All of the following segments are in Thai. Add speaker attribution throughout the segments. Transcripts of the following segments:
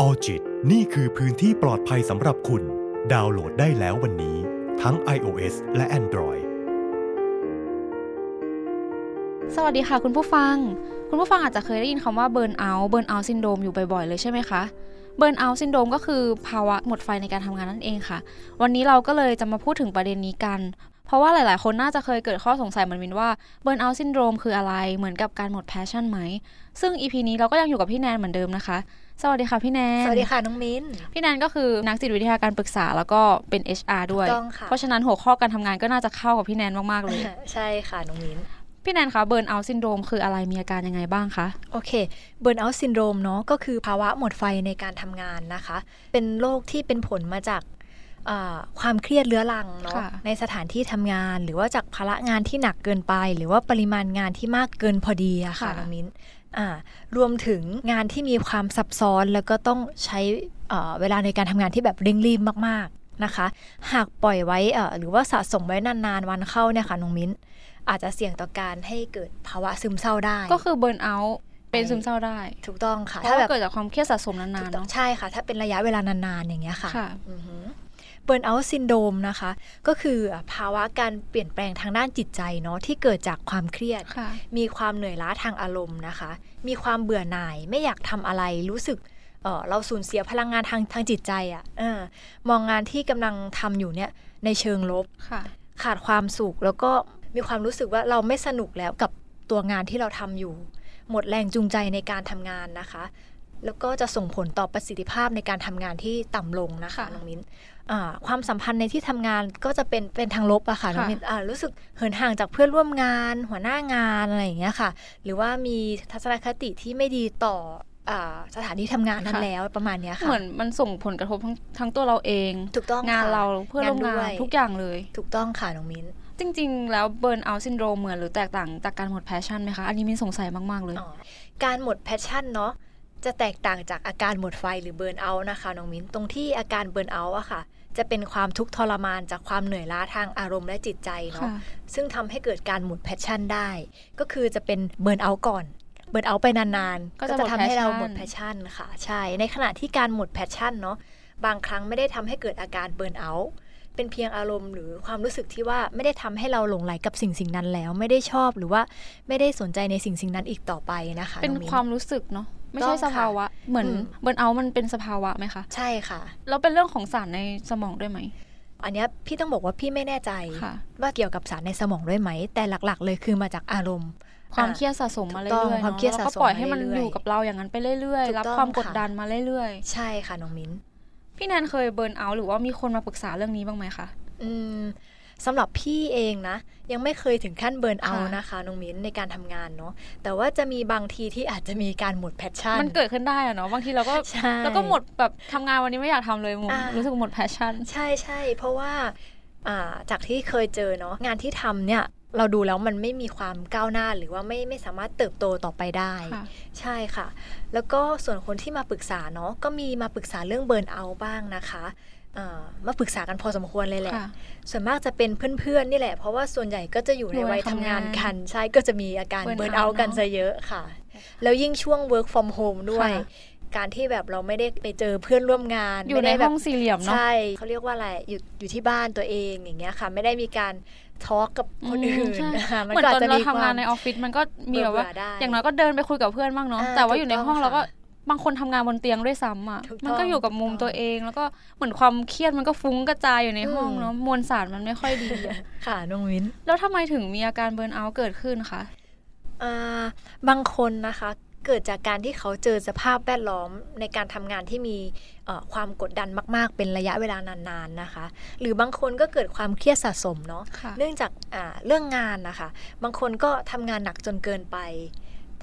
Speaker 1: ออจิตนี่คือพื้นที่ปลอดภัยสำหรับคุณ ดาวน์โหลดได้แล้ววันนี้ ทั้ง iOS และ Android
Speaker 2: สวัสดีค่ะคุณผู้ฟัง คุณผู้ฟังอาจจะเคยได้ยินคำว่าเบิร์นเอาท์เบิร์นเอาท์ซินโดมอยู่บ่อยๆเลยใช่ไหมคะ เบิร์นเอาท์ซินโดมก็คือภาวะหมดไฟในการทำงานนั่นเองค่ะ วันนี้เราก็เลยจะมาพูดถึงประเด็นนี้กัน เพราะว่าหลายๆ คนน่าจะเคยเกิดข้อสงสัยเหมือนมินว่าเบิร์นเอาท์ซินโดมคืออะไร เหมือนกับการหมดแพชชั่นไหม ซึ่ง EP นี้เราก็ยังอยู่กับพี่แนนเหมือนเดิมนะคะ สวัสดีค่ะพี่แนน
Speaker 3: สวัสดีค่ะ น้องมิ้น
Speaker 2: พี่แนนก็คือนักจิตวิทยาการปรึกษาแล้วก็เป็น HR ด้วย
Speaker 3: ถูกต้องค่ะ
Speaker 2: เพราะฉะนั้นหัวข้อการทำงานก็น่าจะเข้ากับพี่แนนมากๆเลย
Speaker 3: ใช่ค่ะ น้องมิ้น
Speaker 2: พี่แนนคะเบิร์นเอาซินโดมคืออะไรมีอาการยังไงบ้างคะ
Speaker 3: โอเคเบิร์นเอาท์ซินโดรมเนาะก็คือภาวะหมดไฟในการทำงานนะคะ เป็นโรคที่เป็นผลมาจากอ่าความเครียดเรื้อรังเนาะ
Speaker 2: ค่ะ
Speaker 3: ในสถานที่ทำงาน หรือว่าจากภาระงานที่หนักเกินไป หรือว่าปริมาณงานที่มากเกินพอดีอะค่ะน้องมิ้นอ่ารวมถึงงานที่มีความซับซ้อนแล้วก็ต้องใช้เอ่อเวลาในการทำงานที่แบบเร่งรีบมากๆนะคะ หากปล่อยไว้เอ่อหรือว่าสะสมไว้นานๆวันเข้าเนี่ยค่ะน้องมิ้น อาจจะเสี่ยงต่อการให้เกิดภาวะซึมเศร้าได้
Speaker 2: ก็คือเบิร์นเอาเป็นซึมเศร้าได้
Speaker 3: ถูกต้องค่ะ
Speaker 2: เพ
Speaker 3: ถ้า
Speaker 2: ราะ
Speaker 3: แบ
Speaker 2: ว่า
Speaker 3: บ
Speaker 2: เกิดจากความเครียดสะสมนา
Speaker 3: ถูก
Speaker 2: นๆ
Speaker 3: ต้อง
Speaker 2: เนาะ
Speaker 3: ใช่ค่ะ ถ้าเป็นระยะเวลานานๆ อย่างเงี้ยค่ะ
Speaker 2: ค่ะ
Speaker 3: เบิร์นเอาท์ซินโดมนะคะ ก็คือภาวะการเปลี่ยนแปลงทางด้านจิตใจเนาะที่เกิดจากความเครียด
Speaker 2: ค่ะ
Speaker 3: มีความเหนื่อยล้าทางอารมณ์นะคะ มีความเบื่อหน่ายไม่อยากทำอะไรรู้สึกเออเราสูญเสียพลังงานทางทางจิตใจอะ่ะเออมองงานที่กำลังทำอยู่เนี่ยในเชิงลบ
Speaker 2: ค่ะ
Speaker 3: ขาดความสุขแล้วก็มีความรู้สึกว่าเราไม่สนุกแล้วกับตัวงานที่เราทำอยู่ หมดแรงจูงใจในการทำงานนะคะ แล้วก็จะส่งผลต่อประสิทธิภาพในการทำงานที่ต่ำลงนะคะ
Speaker 2: ค่ะ
Speaker 3: น้องมิ้นอ่าความสัมพันธ์ในที่ทำงานก็จะเป็นเป็นทางลบอะค่ะ
Speaker 2: ค่ะ
Speaker 3: น้องมิ้นอ่ารู้สึกเหินห่างจากเพื่อนร่วมงาน หัวหน้างานอะไรอย่างเงี้ยค่ะ หรือว่ามีทัศนคติที่ไม่ดีต่ออ่าสถานที่ทำงานนั้นแล้วประมาณเนี้ยค่ะ
Speaker 2: เหมือนมันส่งผลกระทบทั้งทั้งตัวเราเอง
Speaker 3: ถูกต้อง
Speaker 2: งาน
Speaker 3: ค่ะ
Speaker 2: เราเพื่อนร่วม
Speaker 3: งานด้
Speaker 2: งา
Speaker 3: วน ย
Speaker 2: ทุกอย่างเลย
Speaker 3: ถูกต้องค่ะน้องมิ้น
Speaker 2: จริงๆ แล้วเบิร์นเอาซินโดมเหมือนหรือแตกต่างจากการหมดแพชชั่นไหมคะ อันนี้มินสงสัยมากๆเลย
Speaker 3: อ๋อการหมดแพชชั่นเนาะจะแตกต่างจากอาการหมดไฟหรือเบิร์นเอาท์นะคะน้องมิ้นตรงที่อาการเบิร์นเอาท์อะค่ะ จะเป็นความทุกข์ทรมานจากความเหนื่อยล้าทางอารมณ์และจิตใจเนาะ
Speaker 2: ค่ะ
Speaker 3: ซึ่งทำให้เกิดการหมดแพชชั่นได้ ก็คือจะเป็นเบิร์นเอาท์ก่อน เบิร์นเอาท์ไปนานๆ
Speaker 2: ก็จะ
Speaker 3: ก็จะทำให้เรา
Speaker 2: ห
Speaker 3: ห
Speaker 2: ม
Speaker 3: ม
Speaker 2: ด
Speaker 3: ด
Speaker 2: แพ
Speaker 3: แพ
Speaker 2: ช
Speaker 3: ช
Speaker 2: ชั่
Speaker 3: ชั่
Speaker 2: น
Speaker 3: นค่ะ ใช่ ในขณะที่การหมดแพชชั่นเนาะบางครั้งไม่ได้ทำให้เกิดอาการเบิร์นเอาท์เป็นเพียงอารมณ์หรือความรู้สึกที่ว่าไม่ได้ทำให้เราหลงไหลกับสิ่งสิ่งนั้นแล้ว ไม่ได้ชอบหรือว่าไม่ได้สนใจในสิ่งสิ่งนั้นอีกต่อไปนะคะ
Speaker 2: เป็น
Speaker 3: อง
Speaker 2: ความรู้สึกเนาะ ไม่
Speaker 3: ต้
Speaker 2: ใช่
Speaker 3: อง
Speaker 2: ส
Speaker 3: ค่ะ
Speaker 2: ภาวะ เหมือน
Speaker 3: อืม
Speaker 2: เบิร์นเอามันเป็นสภาวะไหมคะ
Speaker 3: ใช่ค่ะ
Speaker 2: แล้วเป็นเรื่องของสารในสมองด้วยไหม
Speaker 3: อันเนี้ยพี่ต้องบอกว่าพี่ไม่แน่ใจ
Speaker 2: ค่ะ
Speaker 3: ว่าเกี่ยวกับสารในสมองด้วยไหม แต่หลักๆ เลยคือมาจากอารมณ์
Speaker 2: ความเครียดสะสมมาเรื่
Speaker 3: ถูกต้
Speaker 2: อ
Speaker 3: อ
Speaker 2: ๆเน
Speaker 3: ยง
Speaker 2: อะ
Speaker 3: ความเครียด
Speaker 2: แล้ว
Speaker 3: สะ
Speaker 2: ก็
Speaker 3: สม
Speaker 2: ปล่อยให้มัน
Speaker 3: มาเรื่อยๆ
Speaker 2: อยู่กับเราอย่างนั้นไปเรื่อย
Speaker 3: ถู
Speaker 2: ๆ
Speaker 3: ก
Speaker 2: รับ
Speaker 3: ต้อง
Speaker 2: ความกด
Speaker 3: ค่ะ
Speaker 2: ดันมาเรื่อย
Speaker 3: ใช่ค่ะน้องมิ้น
Speaker 2: ๆ พี่แนนเคยเบิร์นเอาท์หรือว่ามีคนมาปรึกษาเรื่องนี้บ้างไหมคะ
Speaker 3: อืมสำหรับพี่เองนะ ยังไม่เคยถึงขั้นเบิร์นเอาท์
Speaker 2: ค่ะ
Speaker 3: นะคะน้องมิ้นในการทำงานเนาะแต่ว่าจะมีบางทีที่อาจจะมีการหมดแพชชั่น
Speaker 2: มันเกิดขึ้นได้อะเนาะบางทีเราก็
Speaker 3: ใช่
Speaker 2: แล้วก็หมดแบบทำงานวันนี้ไม่อยากทำเลยหมดรู้สึกหมดแพชชั่น
Speaker 3: ใช่ใช่เพราะว่าอ่าจากที่เคยเจอเนาะงานที่ทำเนี่ย เราดูแล้วมันไม่มีความก้าวหน้าหรือว่าไม่ไม่สามารถเติบโตต่อไปได้
Speaker 2: ค่ะ
Speaker 3: ใช่ค่ะ แล้วก็ส่วนคนที่มาปรึกษาเนาะก็มีมาปรึกษาเรื่องเบิร์นเอาท์บ้างนะคะอ่ามาปรึกษากันพอสมควรเลยแหละ
Speaker 2: ค่ะ
Speaker 3: ส่วนมากจะเป็นเพื่อนๆ นี่แหละ เพราะว่าส่วนใหญ่ก็จะอยู่ในวัยทำงานกัน ใช่ก็จะมีอาการ
Speaker 2: Burn
Speaker 3: เบิร์น
Speaker 2: out
Speaker 3: เอาท์กัน
Speaker 2: เนอะ
Speaker 3: ซะเยอะค่ะ แล้วยิ่งช่วง work from home ด้วย
Speaker 2: ค่ะ
Speaker 3: การที่แบบเราไม่ได้ไปเจอเพื่อนร่วมงาน
Speaker 2: อยู่ใน
Speaker 3: ไม่ได้
Speaker 2: ห้
Speaker 3: แบ
Speaker 2: อง
Speaker 3: บ
Speaker 2: สี่เหลี่ยมเนาะ
Speaker 3: ใช่ เขาเรียกว่าอะไรอยู่อยู่ที่บ้านตัวเองอย่างเงี้ยค่ะ ไม่ได้มีการทอล์กกับคน
Speaker 2: อืม
Speaker 3: อื่น
Speaker 2: ใช่
Speaker 3: นะคะ
Speaker 2: เหมือนตอนเราทำงานใน
Speaker 3: อ
Speaker 2: ออฟฟิศมันก็มีแบบว่า
Speaker 3: เบื่ๆได้
Speaker 2: อย่างน้อยก็เดินไปคุยกับเพื่อนบ้างเนาะ
Speaker 3: อ่า
Speaker 2: แต่ว่าอยู่ใน
Speaker 3: ถูกต้อง
Speaker 2: ห้องเราก็
Speaker 3: ค่ะ
Speaker 2: บางคนทำงานบนเตียงด้วยซ้ำอ่ะ
Speaker 3: ถูกต้อง
Speaker 2: มันก็อยู่กับมุม
Speaker 3: ถูกต้อง
Speaker 2: ตัวเอง แล้วก็เหมือนความเครียดมันก็ฟุ้งกระจายอยู่ในห้อง
Speaker 3: อืม
Speaker 2: เนาะมวลสารมันไม่ค่อยดี อะ
Speaker 3: ค่ะน้องวิน
Speaker 2: แล้วทำไมถึงมีอาการเบิร์นเอาท์เกิดขึ้นคะ
Speaker 3: อ่าบางคนนะคะเกิดจากการที่เขาเจอสภาพแวดล้อมในการทำงานที่มีเอ่อความกดดันมาก ๆ เป็นระยะเวลานานๆนะคะ หรือบางคนก็เกิดความเครียดสะสมเนาะ
Speaker 2: ค่ะ
Speaker 3: เนื่องจากอ่าเรื่องงานนะคะ บางคนก็ทำงานหนักจนเกินไป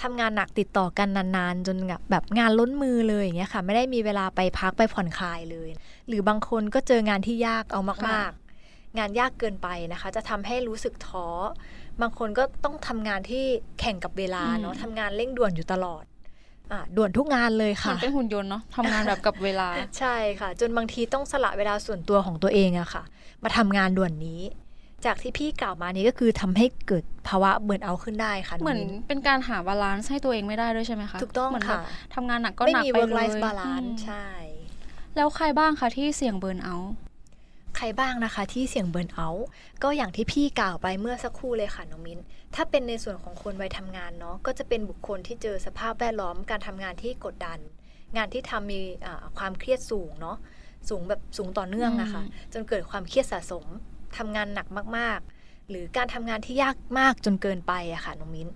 Speaker 3: ทำงานหนักติดต่อกันนานๆ จนแบบแบบงานล้นมือเลยอย่างเงี้ยค่ะ ไม่ได้มีเวลาไปพักไปผ่อนคลายเลย หรือบางคนก็เจองานที่ยากเอามากๆ งานยากเกินไปนะคะ จะทำให้รู้สึกท้อ บางคนก็ต้องทำงานที่แข่งกับเวลาเนาะ
Speaker 2: อืม
Speaker 3: ทำงานเร่งด่วนอยู่ตลอดอ่ะด่วนทุกงานเลย
Speaker 2: มั
Speaker 3: ค่ะ
Speaker 2: นเป็นหุ่นยนต์เนาะทำงานแบบกับเว ลา
Speaker 3: ใช่ค่ะ จนบางทีต้องสละเวลาส่วนตัวของตัวเองอะค่ะ มาทำงานด่วนนี้ จากที่พี่กล่าวมานี้ก็คือทำให้เกิดภาวะเบิร์นเอาท์ขึ้นได้ค่ะ
Speaker 2: เหมือน
Speaker 3: ง
Speaker 2: เป็นการหาบาลานซ์ให้ตัวเองไม่ได้ด้วยใช่ไหมคะ
Speaker 3: ถูกต้อง
Speaker 2: เหมืน
Speaker 3: ค่ะ
Speaker 2: แบบทำงานหนักก็
Speaker 3: ไม่
Speaker 2: หนัก
Speaker 3: มี
Speaker 2: ไปเลย
Speaker 3: work life balance
Speaker 2: อืม
Speaker 3: ใช่
Speaker 2: แล้วใครบ้างคะที่เสี่ยงเบิร์นเอาท์
Speaker 3: ใครบ้างนะคะที่เสี่ยงเบิร์นเอาท์ก็อย่างที่พี่กล่าวไปเมื่อสักครู่เลยค่ะน้องมิ้น ถ้าเป็นในส่วนของคนวัยทำงานเนาะก็จะเป็นบุคคลที่เจอสภาพแวดล้อมการทำงานที่กดดัน งานที่ทำมีอ่าความเครียดสูงเนาะสูงแบบสูงต่อเนื่องอะค่ะ
Speaker 2: อืม
Speaker 3: จนเกิดความเครียดสะสมทำงานหนักมากๆ หรือการทำงานที่ยากมากจนเกินไปอะค่ะน้องมิ้น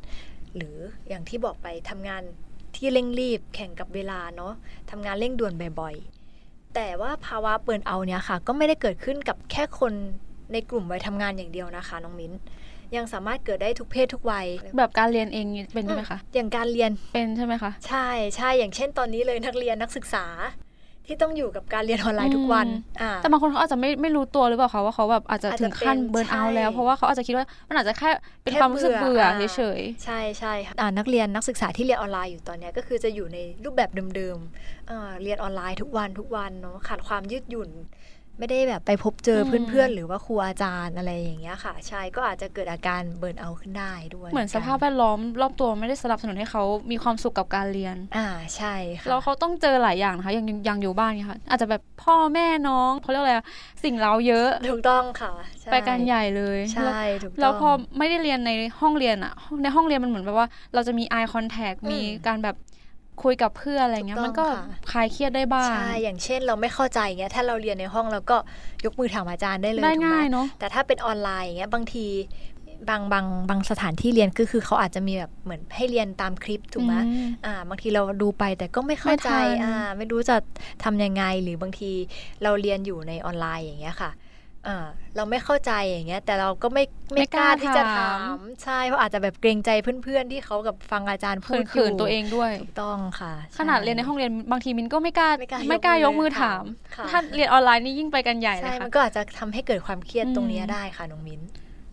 Speaker 3: หรืออย่างที่บอกไปทำงานที่เร่งรีบแข่งกับเวลาเนาะทำงานเร่งด่วนบ่อยๆ แต่ว่าภาวะเปิร์นเอาท์เนี่ยค่ะ ก็ไม่ได้เกิดขึ้นกับแค่คนในกลุ่มวัยทำงานอย่างเดียวนะคะน้องมิ้น ยังสามารถเกิดได้ทุกเพศทุกวัย
Speaker 2: แบบการเรียนเองเป็นไหมคะ
Speaker 3: อย่างการเรียน
Speaker 2: เป็นใช่ไหมคะ
Speaker 3: ใช่ใช่อย่างเช่นตอนนี้เลยนักเรียนนักศึกษา ที่ต้องอยู่กับการเรียนออนไลน์ทุกวัน
Speaker 2: อืม
Speaker 3: อ่า
Speaker 2: แต่บางคนเขาอาจจะไม่ไม่รู้ตัวหรือเปล่าคะว่าเขาแบบอาจจะ
Speaker 3: อาจจะ
Speaker 2: ถึงขั้น
Speaker 3: เป็น
Speaker 2: เบิร์นเอา
Speaker 3: ใช่
Speaker 2: ท์แล้ว เพราะว่าเขาอาจจะคิดว่ามันอาจจะแค่เป็น
Speaker 3: แค่
Speaker 2: ความรู้สึก
Speaker 3: เบื่
Speaker 2: เบื่อ
Speaker 3: อ
Speaker 2: เฉ
Speaker 3: อ่า
Speaker 2: ย
Speaker 3: ใช่ใช่ค่ะอ่านักเรียนนักศึกษาที่เรียนออนไลน์อยู่ตอนเนี้ยก็คือจะอยู่ในรูปแบบเดิมๆอ่าเรียนออนไลน์ทุกวันทุกวันเนาะขาดความยืดหยุ่น ไม่ได้แบบไปพบเจออ
Speaker 2: ม
Speaker 3: เพื่อนๆ หรือว่าครูอาจารย์อะไรอย่างเงี้ยค่ะ ใช่ก็อาจจะเกิดอาการเบิร์นเอาท์ขึ้นได้ด้วย
Speaker 2: ๆ เหมือนสภาพแวดล้อมรอบตัวไม่ได้สนับสนุนให้เขามีความสุขกับการเรียน
Speaker 3: อ่าใช่ค่ะ
Speaker 2: แล้วเขาต้องเจอหลายอย่างนะคะอย่างอย่างอยู่บ้านเนี่ยค่ะ อาจจะแบบพ่อแม่น้องเขาเรียกอะไรอะสิ่งเร้าเยอะ
Speaker 3: ถูกต้องค่ะช่
Speaker 2: ไปกันใหญ่เลย
Speaker 3: ใช่ถูกต้อง
Speaker 2: แล้วพอไม่ได้เรียนในห้องเรียนอะในห้องเรียนมันเหมือนแบบว่า เราจะมี eye contact
Speaker 3: อืม
Speaker 2: มีการแบบคุยกับเพื่อนอะไรเงี้ย
Speaker 3: ถูกต้อง
Speaker 2: มันก็
Speaker 3: ค่ะ
Speaker 2: คลายเครียดได้บ้าง
Speaker 3: ใช่ อย่างเช่นเราไม่เข้าใจเงี้ย ถ้าเราเรียนในห้องเราก็ยกมือถามอาจารย์ได้เลย
Speaker 2: ได้
Speaker 3: ถูกไหม
Speaker 2: ง่ายเนาะ
Speaker 3: แต่ถ้าเป็นออนไลน์อย่างเงี้ยบางทีบางบางบางสถานที่เรียนก็คือเขาอาจจะมีแบบเหมือนให้เรียนตามคลิปถูกไหม
Speaker 2: อืม
Speaker 3: อ่า บางทีเราดูไปแต่ก็ไม่เข้าใจ
Speaker 2: ไม่ทัน
Speaker 3: อ่าไม่รู้จะทำยังไงหรือบางทีเราเรียนอยู่ในออนไลน์อย่างเงี้ยค่ะอ่าเราไม่เข้าใจอย่างเงี้ย แต่เราก็ไม่ไม่กล้าที่จะถามใช่เพราะอาจจะแบบเกรงใจเพื่อนๆที่เขากับฟังอาจารย์พูดอ
Speaker 2: เขิ
Speaker 3: ยู่
Speaker 2: นๆตัวเองด้วย
Speaker 3: ถูกต้องค่ะใช่
Speaker 2: ขนาดเรียนในห้องเรียนบางทีมินก็ไม่กล้า
Speaker 3: ไม่กล้ายก
Speaker 2: ยกมือถาม
Speaker 3: ค่ะ
Speaker 2: ถ้าเรียนออนไลน์นี่ยิ่งไปกันใหญ่เลย
Speaker 3: ใช่ มั
Speaker 2: ค่ะ
Speaker 3: นก็อาจจะทำให้เกิดความเครียดตรงเนี้ย
Speaker 2: อืม
Speaker 3: ได้ค่ะน้องมิ้น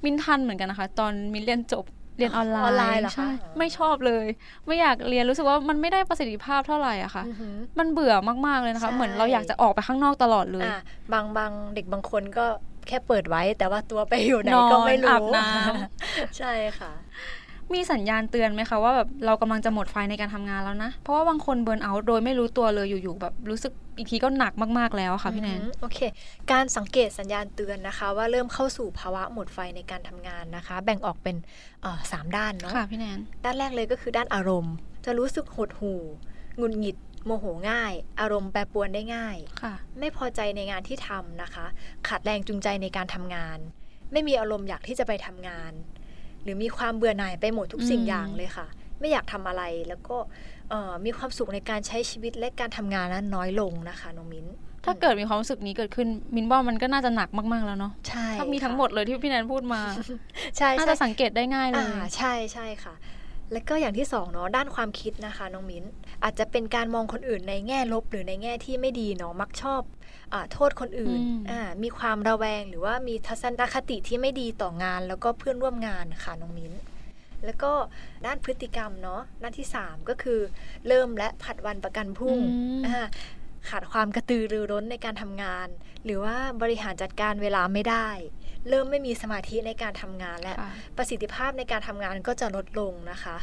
Speaker 2: มินทันเหมือนกันนะคะ ตอนมินเรียนจบเรียนออนไลน์
Speaker 3: ออนไลน์เหรอคะ
Speaker 2: ใช่ไม่ชอบเลย ไม่อยากเรียนรู้สึกว่ามันไม่ได้ประสิทธิภาพเท่าไหร่อะค่ะ
Speaker 3: อือหือ
Speaker 2: มันเบื่อมากๆเลยนะคะ
Speaker 3: ใช่
Speaker 2: เหมือนเราอยากจะออกไปข้างนอกตลอดเลย
Speaker 3: อ่ะบางบางเด็กบางคนก็แค่เปิดไว้ แต่ว่าตัวไปอยู่ไหน
Speaker 2: นอน
Speaker 3: ก็ไม่
Speaker 2: อาบ
Speaker 3: รู้
Speaker 2: น้
Speaker 3: ใช่ค่ะ
Speaker 2: ำมีสัญญาณเตือนไหมคะว่าแบบเรากำลังจะหมดไฟในการทำงานแล้วนะ เพราะว่าบางคนเบิร์นเอาท์โดยไม่รู้ตัวเลยอยู่ๆแบบรู้สึกอีกทีก็หนักมากๆแล้วอะค่ะพี่แนน
Speaker 3: อืมโอเค การสังเกตสัญญาณเตือนนะคะ ว่าเริ่มเข้าสู่ภาวะหมดไฟในการทำงานนะคะ แบ่งออกเป็นเอ่อสามด้านเนาะ
Speaker 2: ค่ะพี่แนน
Speaker 3: ด้านแรกเลยก็คือด้านอารมณ์ จะรู้สึกหดหู่หงุดหงิด โมโหง่าย อารมณ์แปรปรวนได้ง่าย
Speaker 2: ค่ะ
Speaker 3: ไม่พอใจในงานที่ทำนะคะ ขาดแรงจูงใจในการทำงาน ไม่มีอารมณ์อยากที่จะไปทำงาน หรือมีความเบื่อหน่ายไปหมดทุกสิ่ง
Speaker 2: อืม
Speaker 3: อย่างเลยค่ะ ไม่อยากทำอะไรแล้วก็เอ่อมีความสุขในการใช้ชีวิตและการทำงานนั้นน้อยลงนะคะน้องมิ้น
Speaker 2: ถ้าเกิดมีความรู้สึกนี้เกิดขึ้น มินว่ามันก็น่าจะหนักมาก ๆ แล้วเนาะ
Speaker 3: ใช่
Speaker 2: ถ้ามี
Speaker 3: ค่ะ
Speaker 2: ทั้งหมดเลยที่พี่แนนพูดมา
Speaker 3: ใช่
Speaker 2: น่า
Speaker 3: ใช่
Speaker 2: จะสังเกตได้ง่ายเล
Speaker 3: อ่าย ใช่ใช่ค่ะ แล้วก็อย่างที่สองเนาะด้านความคิดนะคะน้องมิ้น อาจจะเป็นการมองคนอื่นในแง่ลบหรือในแง่ที่ไม่ดีเนาะมักชอบอาโทษคนอื่น
Speaker 2: อืม
Speaker 3: อ่ามีความระแวงหรือว่ามีทัศนคติที่ไม่ดีต่องาน แล้วก็เพื่อนร่วมงานค่ะน้องมิ้น แล้วก็ด้านพฤติกรรมเนาะด้านที่ 3 ก็คือเริ่มและผัดวันประกันพรุ่ง
Speaker 2: อืม
Speaker 3: อ่าขาดความกระตือรือร้นในการทำงาน หรือว่าบริหารจัดการเวลาไม่ได้ เริ่มไม่มีสมาธิในการทำงานและ
Speaker 2: ค่ะ
Speaker 3: ประสิทธิภาพในการทำงานก็จะลดลงนะคะ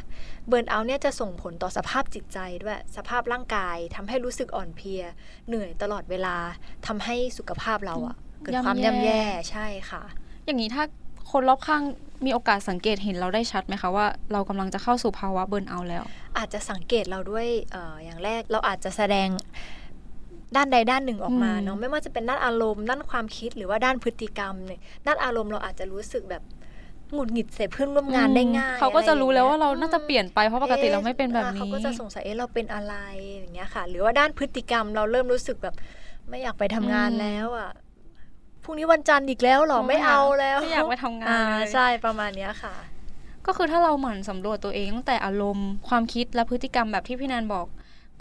Speaker 3: เบิร์นเอาท์เนี่ยจะส่งผลต่อสภาพจิตใจด้วย สภาพร่างกายทำให้รู้สึกอ่อนเพลีย เหนื่อยตลอดเวลาทำให้สุขภาพเราอะเกิดความ
Speaker 2: ย่ำ
Speaker 3: ย่ำ
Speaker 2: แย่
Speaker 3: แย่ใช่ค่ะ
Speaker 2: อย่างนี้ถ้าคนรอบข้างมีโอกาสสังเกตเห็นเราได้ชัดไหมคะว่าเรากำลังจะเข้าสู่ภาวะเบิร์นเอาท์แล้ว
Speaker 3: อาจจะสังเกตเราด้วยเอออย่างแรกเราอาจจะแสดงด้านใดด้านหนึ่งออกมา
Speaker 2: อืม
Speaker 3: เนาะไม่ว่าจะเป็นด้านอารมณ์ด้านความคิดหรือว่าด้านพฤติกรรมเนี่ยด้านอารมณ์เราอาจจะรู้สึกแบบหงุดหงิดใส่เพื่อนร่วมงานได้ง่าย
Speaker 2: เขาก็จะรู้แล้วว่าเรา
Speaker 3: อะไรอย่งงี้ย
Speaker 2: น่าจะเปลี่ยนไปเพราะปกติ
Speaker 3: อ๊ะ
Speaker 2: เราไม่เป็นแบบ
Speaker 3: อ่
Speaker 2: นี้
Speaker 3: เขาก็จะสงสัยเอ๊ะเราเป็นอะไรอย่างเงี้ยค่ะ หรือว่าด้านพฤติกรรมเราเริ่มรู้สึกแบบ ไม่อยากไปทำงาน
Speaker 2: อืม
Speaker 3: แล้วอ่ะพรุ่งนี้วันจันทร์อีกแล้วเหรอไม่เอาแล้ว
Speaker 2: ไม่อยากไปทำงาน
Speaker 3: อ่า
Speaker 2: เลย
Speaker 3: ใช่ประมาณเนี้ยค่ะ
Speaker 2: ก็คือถ้าเราหมั่นสำรวจตัวเองตั้งแต่อารมณ์ความคิดและพฤติกรรมแบบที่พี่แนนบอก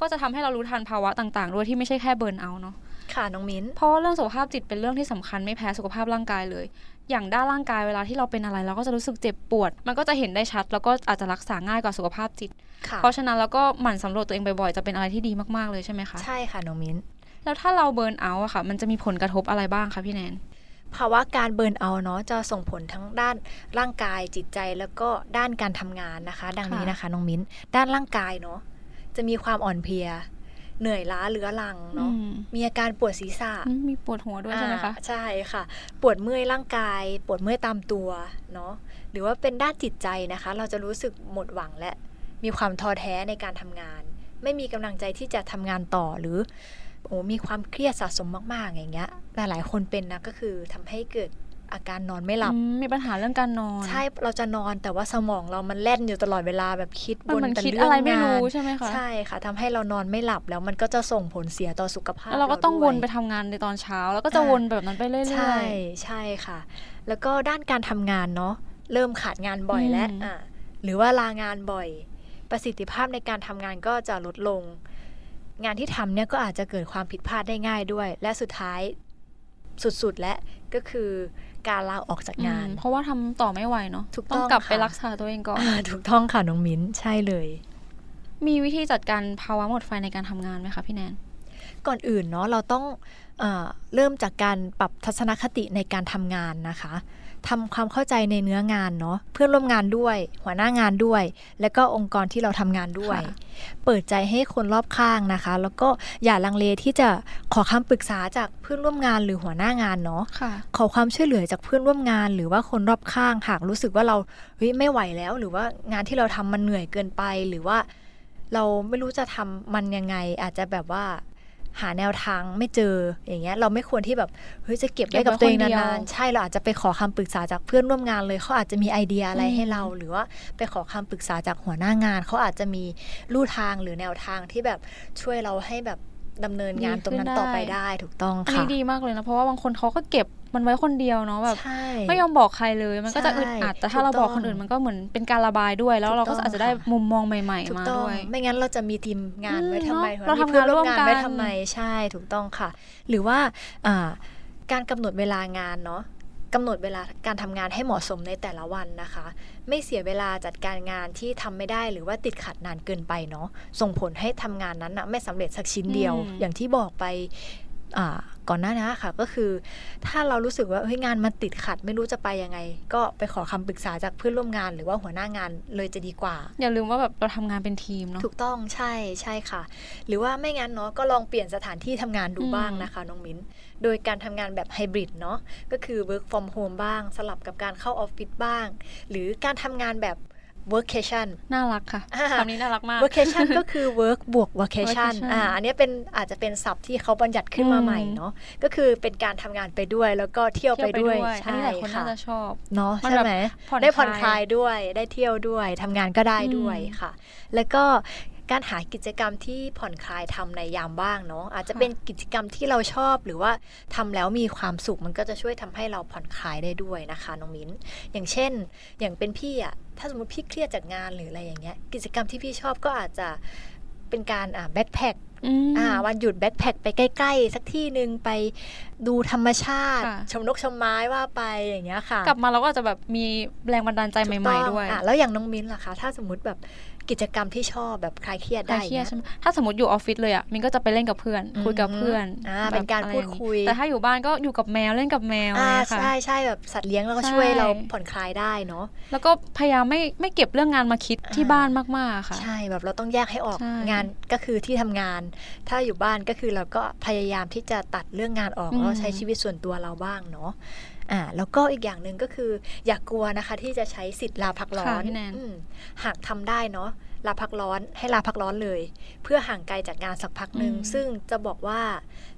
Speaker 2: ก็จะทำให้เรารู้ทันภาวะต่างๆด้วยที่ไม่ใช่แค่เบิร์นเอาท์เนาะ
Speaker 3: ค่ะน้องมิ้น
Speaker 2: เพราะว่าเรื่องสุขภาพจิตเป็นเรื่องที่สำคัญไม่แพ้สุขภาพร่างกายเลย อย่างด้านร่างกายเวลาที่เราเป็นอะไรเราก็จะรู้สึกเจ็บปวด มันก็จะเห็นได้ชัด แล้วก็อาจจะรักษาง่ายกว่าสุขภาพจิต
Speaker 3: ค่ะ
Speaker 2: เพราะฉะนั้นเราก็หมั่นสำรวจตัวเองบ่อยๆ จะเป็นอะไรที่ดีมากๆเลยใช่ไหมคะ
Speaker 3: ใช่ค่ะน้องมิ้น
Speaker 2: แล้วถ้าเราเบิร์นเอาท์อะค่ะ มันจะมีผลกระทบอะไรบ้างคะพี่แนน
Speaker 3: ภาวะการเบิร์นเอาท์เนาะจะส่งผลทั้งด้านร่างกายจิตใจแล้วก็ด้านการทำงานนะคะ ดังนี้
Speaker 2: ค่ะ
Speaker 3: นะคะน้องมิ้น ด้านร่างกายเนาะจะมีความอ่อนเพลีย เหนื่อยล้าเรื้อรังเนาะ
Speaker 2: อืม
Speaker 3: มีอาการปวดศีรษะ
Speaker 2: อืมมีปวดหัวด้วยใช่ไหมคะ
Speaker 3: อ่าใช่ค่ะ ปวดเมื่อยร่างกาย ปวดเมื่อยตามตัวเนาะหรือว่าเป็นด้านจิตใจนะคะ เราจะรู้สึกหมดหวังและ มีความท้อแท้ในการทำงาน ไม่มีกำลังใจที่จะทำงานต่อหรือโอ้มีความเครียดสะสมมากๆ อย่างเงี้ยหลายๆคนเป็นนะก็คือทำให้เกิดอาการนอนไม่หลับ
Speaker 2: อืมมีปัญหาเรื่องการนอน
Speaker 3: ใช่เราจะนอนแต่ว่าสมองเรามันแล่นอยู่ตลอดเวลาแบบคิด
Speaker 2: มัน
Speaker 3: วน
Speaker 2: เหมือน
Speaker 3: แต่
Speaker 2: คิด
Speaker 3: เรื่
Speaker 2: อะ
Speaker 3: อง
Speaker 2: ไรไม่
Speaker 3: งาน
Speaker 2: รู้ใช่ไหมคะ
Speaker 3: ใช่ค่ะทำให้เรานอนไม่หลับแล้วมันก็จะส่งผลเสียต่อสุขภาพ
Speaker 2: แล้วเราก็ต้อง
Speaker 3: ด้
Speaker 2: วย นไปทำงานในตอนเช้า แล้วก็จะวนแบบนั้นไปเรื่
Speaker 3: ใช่
Speaker 2: อย
Speaker 3: ใช่ค่ะ แล้วก็ด้านการทำงานเนาะเริ่มขาดงานบ่อย
Speaker 2: อืม
Speaker 3: แล้วอ่ะหรือว่าลางานบ่อย ประสิทธิภาพในการทำงานก็จะลดลง งานที่ทำเนี่ยก็อาจจะเกิดความผิดพลาดได้ง่ายด้วย และสุดท้ายสุดๆและก็คือการลาออกจาก
Speaker 2: ๆ
Speaker 3: งาน
Speaker 2: อืมเพราะว่าทำต่อไม่ไหวเนาะ
Speaker 3: ถูก
Speaker 2: ต้อ
Speaker 3: ต้อง ง
Speaker 2: กลับ
Speaker 3: ค่ะ
Speaker 2: ไปรักษาตัวเองก่อน
Speaker 3: อ่า ถูกต้องค่ะน้องมิ้นใช่เลย
Speaker 2: มีวิธีจัดการภาวะหมดไฟในการทำงานไหมคะพี่แนน
Speaker 3: ก่อนอื่นเนาะเราต้องเออเริ่มจากการปรับทัศนคติในการทำงานนะคะทำความเข้าใจในเนื้องานเนาะเพื่อนร่วมงานด้วย หัวหน้างานด้วย แล้วก็องค์กรที่เราทำงานด้วย
Speaker 2: ค่ะ
Speaker 3: เปิดใจให้คนรอบข้างนะคะ แล้วก็อย่าลังเลที่จะขอคำปรึกษาจากเพื่อนร่วมงานหรือหัวหน้างานเนาะ
Speaker 2: ค่ะ
Speaker 3: ขอความช่วยเหลือจากเพื่อนร่วมงานหรือว่าคนรอบข้างหากรู้สึกว่าเราเฮ้ยไม่ไหวแล้ว หรือว่างานที่เราทำมันเหนื่อยเกินไป หรือว่าเราไม่รู้จะทำมันยังไง อาจจะแบบว่าหาแนวทางไม่เจออย่างเงี้ยเราไม่ควรที่แบบเฮ้ยจะเก็บไว้กับตัวเองนานๆใช่เราอาจจะไปขอคำปรึกษาจากเพื่อนร่วมงานเลยเขาอาจจะมีไอเดียอะไร
Speaker 2: อืม
Speaker 3: ให้เรา หรือว่าไปขอคำปรึกษาจากหัวหน้างานเขาอาจจะมีลู่ทางหรือแนวทางที่แบบช่วยเราให้แบบดำเนินงานตรงนั้นต่อไปได้ถูกต้อง
Speaker 2: อัน
Speaker 3: ค่ะ
Speaker 2: นี้ดีมากเลยนะ เพราะว่าบางคนเขาก็เก็บมันไว้คนเดียวเนาะแบบ
Speaker 3: ใช่
Speaker 2: ไม่ยอมบอกใครเลย มันก็จะ
Speaker 3: ใช่
Speaker 2: อึดอัด แต่ถ้าเรา
Speaker 3: ถูกต้
Speaker 2: บ
Speaker 3: อง
Speaker 2: อกคนอื่นมันก็เหมือนเป็นการระบายด้วย แล้วเราก็
Speaker 3: ถูกต้อง
Speaker 2: อาจจะได้
Speaker 3: ค่ะ
Speaker 2: มุมมองใหม่
Speaker 3: ถู
Speaker 2: ๆ
Speaker 3: ก
Speaker 2: มา
Speaker 3: ต้อง
Speaker 2: ด้วย
Speaker 3: ไม่งั้นเราจะมีทีมงาน
Speaker 2: อืม
Speaker 3: ไว้ทำไม
Speaker 2: เน
Speaker 3: หอ
Speaker 2: อะเราทำ
Speaker 3: พื่อร่วม
Speaker 2: งานร่วม
Speaker 3: งาน
Speaker 2: กัน
Speaker 3: ไว้ทำไมใช่ถูกต้องค่ะ หรือว่าอ่าการกำหนดเวลางานเนาะกำหนดเวลาการทำงานให้เหมาะสมในแต่ละวันนะคะ ไม่เสียเวลาจัดการงานที่ทำไม่ได้หรือว่าติดขัดนานเกินไปเนาะส่งผลให้ทำงานนั้นนะไม่สำเร็จสักชิ้นเดียว
Speaker 2: อืม
Speaker 3: อย่างที่บอกไปอ่าก่อนหน้านี้ค่ะก็คือ ถ้าเรารู้สึกว่าเฮ้ยงานมันติดขัดไม่รู้จะไปยังไง ก็ไปขอคำปรึกษาจากเพื่อนร่วมงาน หรือว่าหัวหน้างานเลยจะดีกว่า
Speaker 2: อย่าลืมว่าแบบเราทำงานเป็นทีมเนาะ
Speaker 3: ถูกต้องใช่ใช่ค่ะ หรือว่าไม่งั้นเนาะก็ลองเปลี่ยนสถานที่ทำงานดู
Speaker 2: อืม
Speaker 3: บ้างนะคะน้องมิ้น โดยการทำงานแบบไฮบริดเนาะก็คือ work from home บ้าง สลับกับการเข้าออฟฟิศบ้าง หรือการทำงานแบบ workcation
Speaker 2: น่ารักค่ะ
Speaker 3: อ่า
Speaker 2: คำนี้น่ารักมาก
Speaker 3: workation ก็คือ work บวก vacation
Speaker 2: Workation
Speaker 3: อ่าอันเนี้ยเป็นอาจจะเป็นศัพท์ที่เขาบัญญัติขึ้นมา
Speaker 2: อืม
Speaker 3: ใหม่เนาะก็คือเป็นการทำงานไปด้วยแล้วก็เที่ยวไปด้วย
Speaker 2: อันนี้หลายคนน่า
Speaker 3: ใช่
Speaker 2: จะชอบ
Speaker 3: เนาะ
Speaker 2: มัน
Speaker 3: ใช่
Speaker 2: แบบ
Speaker 3: ไหม
Speaker 2: ผ่อน
Speaker 3: ได้ผ่อนค
Speaker 2: ลา
Speaker 3: ลาย ยด้วยได้เที่ยวด้วยทำงานก็ได้ด้วย
Speaker 2: อืม
Speaker 3: ค่ะ แล้วก็การหากิจกรรมที่ผ่อนคลายทำในยามว่างเนาะอาจจะ
Speaker 2: ค่ะ
Speaker 3: เป็นกิจกรรมที่เราชอบหรือว่าทำแล้วมีความสุขมันก็จะช่วยทำให้เราผ่อนคลายได้ด้วยนะคะน้องมิ้น อย่างเช่น อย่างเป็นพี่อะถ้าสมมติพี่เครียดจากงานหรืออะไรอย่างเงี้ย กิจกรรมที่พี่ชอบก็อาจจะเป็นการอ่าแบ็คแพค
Speaker 2: อืม
Speaker 3: อ่าวันหยุดแบ็คแพคไปใกล้ ๆ สักที่หนึ่งไปดูธรรมชาติ
Speaker 2: ค่ะ
Speaker 3: ชมนกชมไม้ว่าไปอย่างเงี้ยค่ะ
Speaker 2: กลับมาเราก็อาจจะแบบมีแรงบันดาลใจใหม่
Speaker 3: ถูกต้
Speaker 2: ๆ
Speaker 3: อง
Speaker 2: ด้วย
Speaker 3: อ่ะแล้วอย่างน้องมิ้นล่ะคะ ถ้าสมมติแบบกิจกรรมที่ชอบแบบคลายเครียด
Speaker 2: คลา
Speaker 3: ได้
Speaker 2: ยเครียด
Speaker 3: นี่
Speaker 2: ใช่ไหมถ้าสมมติอยู่ออฟฟิศเลยอ่ะมินก็จะไปเล่นกับเพื่อน คุยกับเพื่อน
Speaker 3: อืมอ่า
Speaker 2: แบบ
Speaker 3: เป็นการ
Speaker 2: อะไ
Speaker 3: พูดคุย
Speaker 2: อางนี้แต่ถ้าอยู่บ้านก็อยู่กับแมวเล่นกับแมว
Speaker 3: อ่า
Speaker 2: เนี่ยค่ะ
Speaker 3: ใช่ใช่แบบสัตว์เลี้ยงเราก็
Speaker 2: ใช่
Speaker 3: ช่วยเราผ่อนคลายได้เนาะ
Speaker 2: แล้วก็พยายามไม่ไม่เก็บเรื่องงานมาคิดที่
Speaker 3: อ่า
Speaker 2: บ้านมากๆค่ะ
Speaker 3: ใช่แบบเราต้องแยกให้ออก
Speaker 2: ใช่
Speaker 3: งานก็คือที่ทำงาน ถ้าอยู่บ้านก็คือเราก็พยายามที่จะตัดเรื่องงานออก
Speaker 2: อืม
Speaker 3: แล้วใช้ชีวิตส่วนตัวเราบ้างเนาะอ่าแล้วก็อีกอย่างหนึ่งก็คือ อย่ากกลัวนะคะ ที่จะใช้สิทธิ์ลาพักร้อน
Speaker 2: ค่ะพี่แนน
Speaker 3: อืมหากทำได้เนาะลาพักร้อนให้ลาพักร้อนเลย เพื่อห่างไกลจากงานสักพักหนึ่ง
Speaker 2: อืม
Speaker 3: ซึ่งจะบอกว่า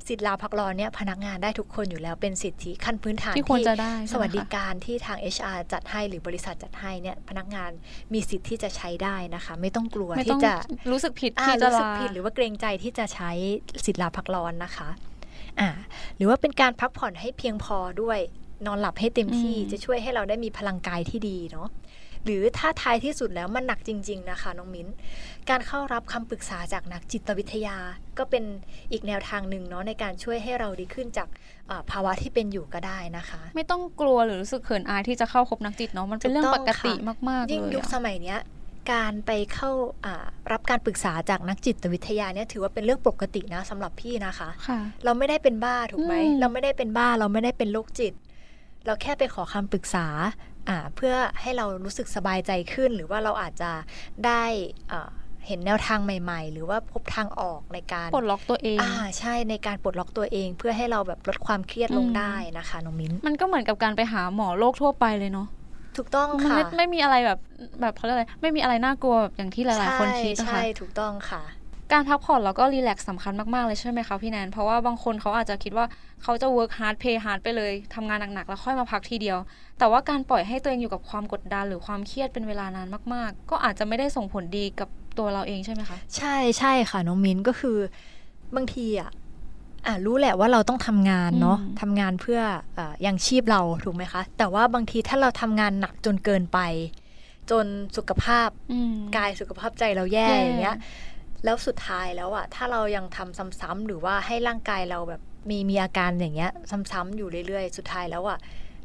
Speaker 3: สิทธิ์ลาพักร้อนเนี่ยพนักงานได้ทุกคนอยู่แล้วเป็นสิทธิขั้นพื้นฐาน
Speaker 2: ที่ควรจะได้ใช่ไหมคะ
Speaker 3: สวัสดิการที่ทาง HR จัดให้หรือบริษัทจัดให้เนี่ยพนักงานมีสิทธิ์ที่จะใช้ได้นะคะ ไม่ต้องกลัว
Speaker 2: ไม่ต้อง
Speaker 3: ที่จะ
Speaker 2: รู้สึกผิด
Speaker 3: อ่า
Speaker 2: ที่จะ
Speaker 3: รู้สึก
Speaker 2: ลา
Speaker 3: ผิดหรือว่าเกรงใจที่จะใช้สิทธิ์ลาพักร้อนนะคะอ่าหรือว่าเป็นการพักผ่อนให้เพียงพอด้วยนอนหลับให้เต็มที่
Speaker 2: อืม
Speaker 3: จะช่วยให้เราได้มีพลังกายที่ดีเนาะหรือถ้าท้ายที่สุดแล้วมันหนักจริง ๆ นะคะน้องมิ้น การเข้ารับคำปรึกษาจากนักจิตวิทยา ก็เป็นอีกแนวทางหนึ่งเนาะในการช่วยให้เราดีขึ้นจากอ่าภาวะที่เป็นอยู่ก็ได้นะคะ
Speaker 2: ไม่ต้องกลัวหรือรู้สึกเขินอายที่จะเข้าคบนักจิตเนาะมันเป็นเรื่องปกติมากๆ
Speaker 3: ยิ่ง
Speaker 2: เลย
Speaker 3: ยุค
Speaker 2: อะ
Speaker 3: สมัยเนี้ยการไปเข้าอ่ารับการปรึกษาจากนักจิตวิทยาเนี่ยถือว่าเป็นเรื่องปกตินะสำหรับพี่นะคะ
Speaker 2: ค่ะ
Speaker 3: เราไม่ได้เป็นบ้าถูกไหม
Speaker 2: อืม
Speaker 3: เราไม่ได้เป็นบ้าเราไม่ได้เป็นโรคจิต เราแค่ไปขอคำปรึกษาอ่าเพื่อให้เรารู้สึกสบายใจขึ้น หรือว่าเราอาจจะได้อ่าเห็นแนวทางใหม่ ๆ หรือว่าพบทางออกในการ
Speaker 2: ปลดล็อกตัวเอง
Speaker 3: อ่าใช่ในการปลดล็อกตัวเองเพื่อให้เราแบบลดความเครียดลง
Speaker 2: อืม
Speaker 3: ได้นะคะน้องมิ้น
Speaker 2: มันก็เหมือนกับการไปหาหมอโรคทั่วไปเลยเนาะ
Speaker 3: ถูกต้อง
Speaker 2: มัน
Speaker 3: ค่ะ
Speaker 2: ไม่ไม่มีอะไรแบบแบบเขาเรียกอะไรไม่มีอะไรน่ากลัวแบบอย่างที่หลาย ๆ คนคิดนะ
Speaker 3: ใช่
Speaker 2: คะ
Speaker 3: ใช่ถูกต้องค่ะ
Speaker 2: การพักผ่อนแล้วก็รีแลกซ์สำคัญมาก ๆ เลยใช่ไหมคะพี่แนน เพราะว่าบางคนเขาอาจจะคิดว่าเขาจะ work hard play hard ไปเลยทำงานหนัก ๆ แล้วค่อยมาพักทีเดียว แต่ว่าการปล่อยให้ตัวเองอยู่กับความกดดันหรือความเครียดเป็นเวลานานมาก ๆ ก็อาจจะไม่ได้ส่งผลดีกับตัวเราเองใช่ไหมคะ
Speaker 3: ใช่ใช่ค่ะน้องมิ้นก็คือบางทีอ่ะอ่ะรู้แหละว่าเราต้องทำงานเนาะ
Speaker 2: อืม
Speaker 3: ทำงานเพื่อเออยังชีพเราถูกไหมคะ แต่ว่าบางทีถ้าเราทำงานหนักจนเกินไป จนสุขภาพ
Speaker 2: อืม
Speaker 3: กายสุขภาพใจเราแย่
Speaker 2: แย่
Speaker 3: อย่างเงี้ย แล้วสุดท้ายแล้วอะถ้าเรายังทำซ้ำๆหรือว่าให้ร่างกายเราแบบมีมีอาการอย่างเงี้ย ซ้ำๆอยู่เรื่อยๆ สุดท้ายแล้วอะ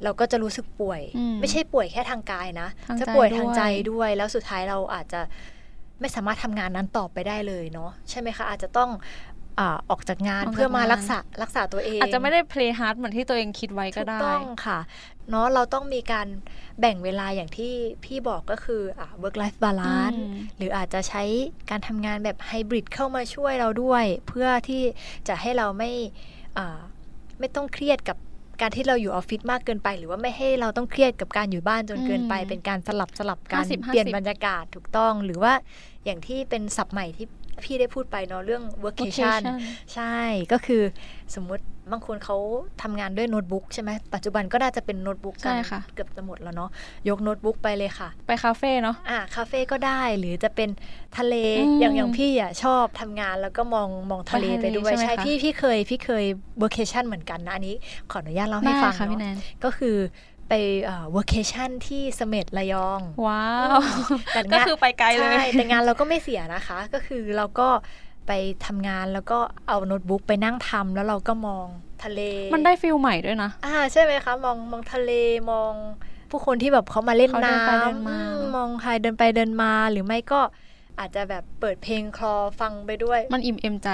Speaker 3: เราก็จะรู้สึกป่วย
Speaker 2: อืม
Speaker 3: ไม่ใช่ป่วยแค่ทางกายนะ
Speaker 2: ทางใจ
Speaker 3: จะป่วยทาง
Speaker 2: ด้วย
Speaker 3: ใจด้วย แล้วสุดท้ายเราอาจจะไม่สามารถทำงานนั้นต่อไปได้เลยเนาะใช่ไหมคะ อาจจะต้องอาออกจากงานเพื่อมารักษารักษาตัวเอง
Speaker 2: อาจจะไม่ได้ play hard เหมือนที่ตัวเองคิดไว้ก็
Speaker 3: ถูก
Speaker 2: ได้
Speaker 3: ต้องค่ะเนาะเราต้องมีการแบ่งเวลาอย่างที่พี่บอกก็คืออ่า work life balance
Speaker 2: อืม
Speaker 3: หรืออาจจะใช้การทำงานแบบไฮบริดเข้ามาช่วยเราด้วย เพื่อที่จะให้เราไม่อ่าไม่ต้องเครียดกับการที่เราอยู่ออฟฟิศมากเกินไป หรือว่าไม่ให้เราต้องเครียดกับการอยู่บ้านจนเกินไป
Speaker 2: อืม
Speaker 3: เป็นการสลับสลับกัน
Speaker 2: 50 50
Speaker 3: เปลี่ยนบรรยากาศถูกต้อง หรือว่าอย่างที่เป็นศัพท์ใหม่ที่พี่ได้พูดไปเนาะเรื่อง workation
Speaker 2: Location
Speaker 3: ใช่ก็คือสมมุติบางคนเขาทำงานด้วยโน้ตบุ๊กใช่ไหมปัจจุบันก็น่าจะเป็นโน้ตบุ๊กกั
Speaker 2: ใช่ค่ะ
Speaker 3: เกือบจะหมดแล้วเนาะยกโน้ตบุ๊กไปเลยค่ะ
Speaker 2: ไปคาเฟ่เนาะ
Speaker 3: อ่าคาเฟ่ก็ได้หรือจะเป็นทะเล
Speaker 2: อืม
Speaker 3: อย่างอย่างพี่อ่ะชอบทำงานแล้วก็มองมองทะเล
Speaker 2: ไป
Speaker 3: ไป
Speaker 2: ทะเล
Speaker 3: ด้วย
Speaker 2: ใช่ไหม
Speaker 3: ใช่
Speaker 2: คะ
Speaker 3: พี่พี่เคยพี่เคยเวอร์เคชันเหมือนกันนะอันนี้ ขออนุญาตเล่าให้
Speaker 2: ได้
Speaker 3: ฟัง
Speaker 2: ค่ะพี่แน
Speaker 3: เนาะ
Speaker 2: น
Speaker 3: ก็คือไปเวอร์เคชันที่เสม็ดระยอง
Speaker 2: ว้าว
Speaker 3: แต่
Speaker 2: ก็
Speaker 3: งาน
Speaker 2: คือไปไกลเลย
Speaker 3: ใช่แต่งานเราก็ไม่เสียนะคะ ก็คือเราก็ไปทำงานแล้วก็เอาโน้ตบุ๊กไปนั่งทำแล้วเราก็มองทะเล
Speaker 2: มันได้ฟิลใหม่ด้วยนะ
Speaker 3: อ่าใช่ไหมคะมองมองทะเลมองผู้คนที่แบบเขามาเล่น
Speaker 2: เขาเดิน
Speaker 3: น้
Speaker 2: ไปเดิน
Speaker 3: ำ
Speaker 2: มา
Speaker 3: อืม
Speaker 2: เนอะ
Speaker 3: มองใครเดินไปเดินมาหรือไม่ก็อาจจะแบบเปิดเพลงคลอฟังไปด้วย
Speaker 2: มันอิ่มเอมใจ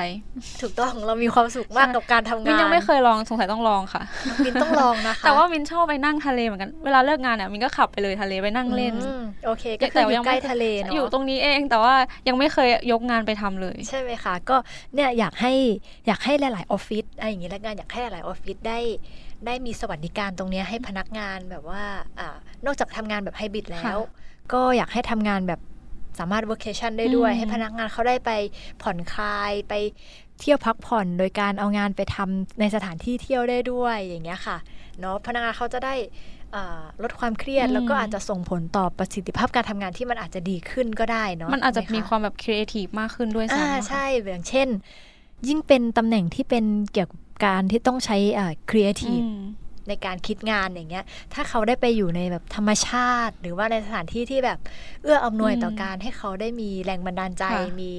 Speaker 3: ถูกต้องเรามีความสุขมาก
Speaker 2: ใช่
Speaker 3: กับการทำงาน
Speaker 2: มินยังไม่เคยลองสงสัยต้องลองค่ะ
Speaker 3: มินต้องลองนะคะ
Speaker 2: แต่ว่ามินชอบไปนั่งทะเลเหมือนกัน เวลาเลิกงานเนี่ยมินก็ขับไปเลยทะเลไปนั่งเล่น
Speaker 3: อืมโอเค ก็คือ
Speaker 2: แต่
Speaker 3: อ
Speaker 2: ว่ายั
Speaker 3: ยู่
Speaker 2: ง
Speaker 3: ใก
Speaker 2: ไม่
Speaker 3: ล้ทะเลเนาะ
Speaker 2: อยู่ตรงนี้เองแต่ว่ายังไม่เคยยกงานไปทำเลย
Speaker 3: ใช่ไหมคะก็เนี่ยอยากให้อยากให้หลาย ๆ ออฟฟิศอะไรอย่างนี้ละกันอยากให้หลาย ๆ ออฟฟิศได้ได้มีสวัสดิการตรงเนี้ยให้พนักงานแบบว่าอ่านอกจากทำงานแบบไฮบริดแล้ว
Speaker 2: ค่ะ
Speaker 3: ก็อยากให้ทำงานแบบสามารถ workation ได้ด้วย
Speaker 2: อืม
Speaker 3: ให้พนักงานเขาได้ไปผ่อนคลายไปเที่ยวพักผ่อนโดยการเอางานไปทำในสถานที่เที่ยวได้ด้วยอย่างเงี้ยค่ะเนาะพนักงานเขาจะได้อ่าลดความเครียด แล้วก็อาจจะส่งผลต่อประสิทธิภาพการทำงานที่มันอาจจะดีขึ้นก็ได้เนาะ
Speaker 2: มันอาจจะ
Speaker 3: ใช่ไห
Speaker 2: มี
Speaker 3: คะ
Speaker 2: ความแบบครีเอทีฟมากขึ้นด้วยซ้ำ
Speaker 3: อ่า
Speaker 2: นะคะ
Speaker 3: ใช่อย่างเช่น ยิ่งเป็นตำแหน่งที่เป็นเกี่ยวกับการที่ต้องใช้อ่าครีเอทีฟ
Speaker 2: อืม
Speaker 3: ในการคิดงานอย่างเงี้ย ถ้าเขาได้ไปอยู่ในแบบธรรมชาติ หรือว่าในสถานที่ที่แบบเอื้ออำนวยต่ออ
Speaker 2: ม
Speaker 3: การให้เขาได้มีแรงบันดาลใจ
Speaker 2: ค่ะ
Speaker 3: มี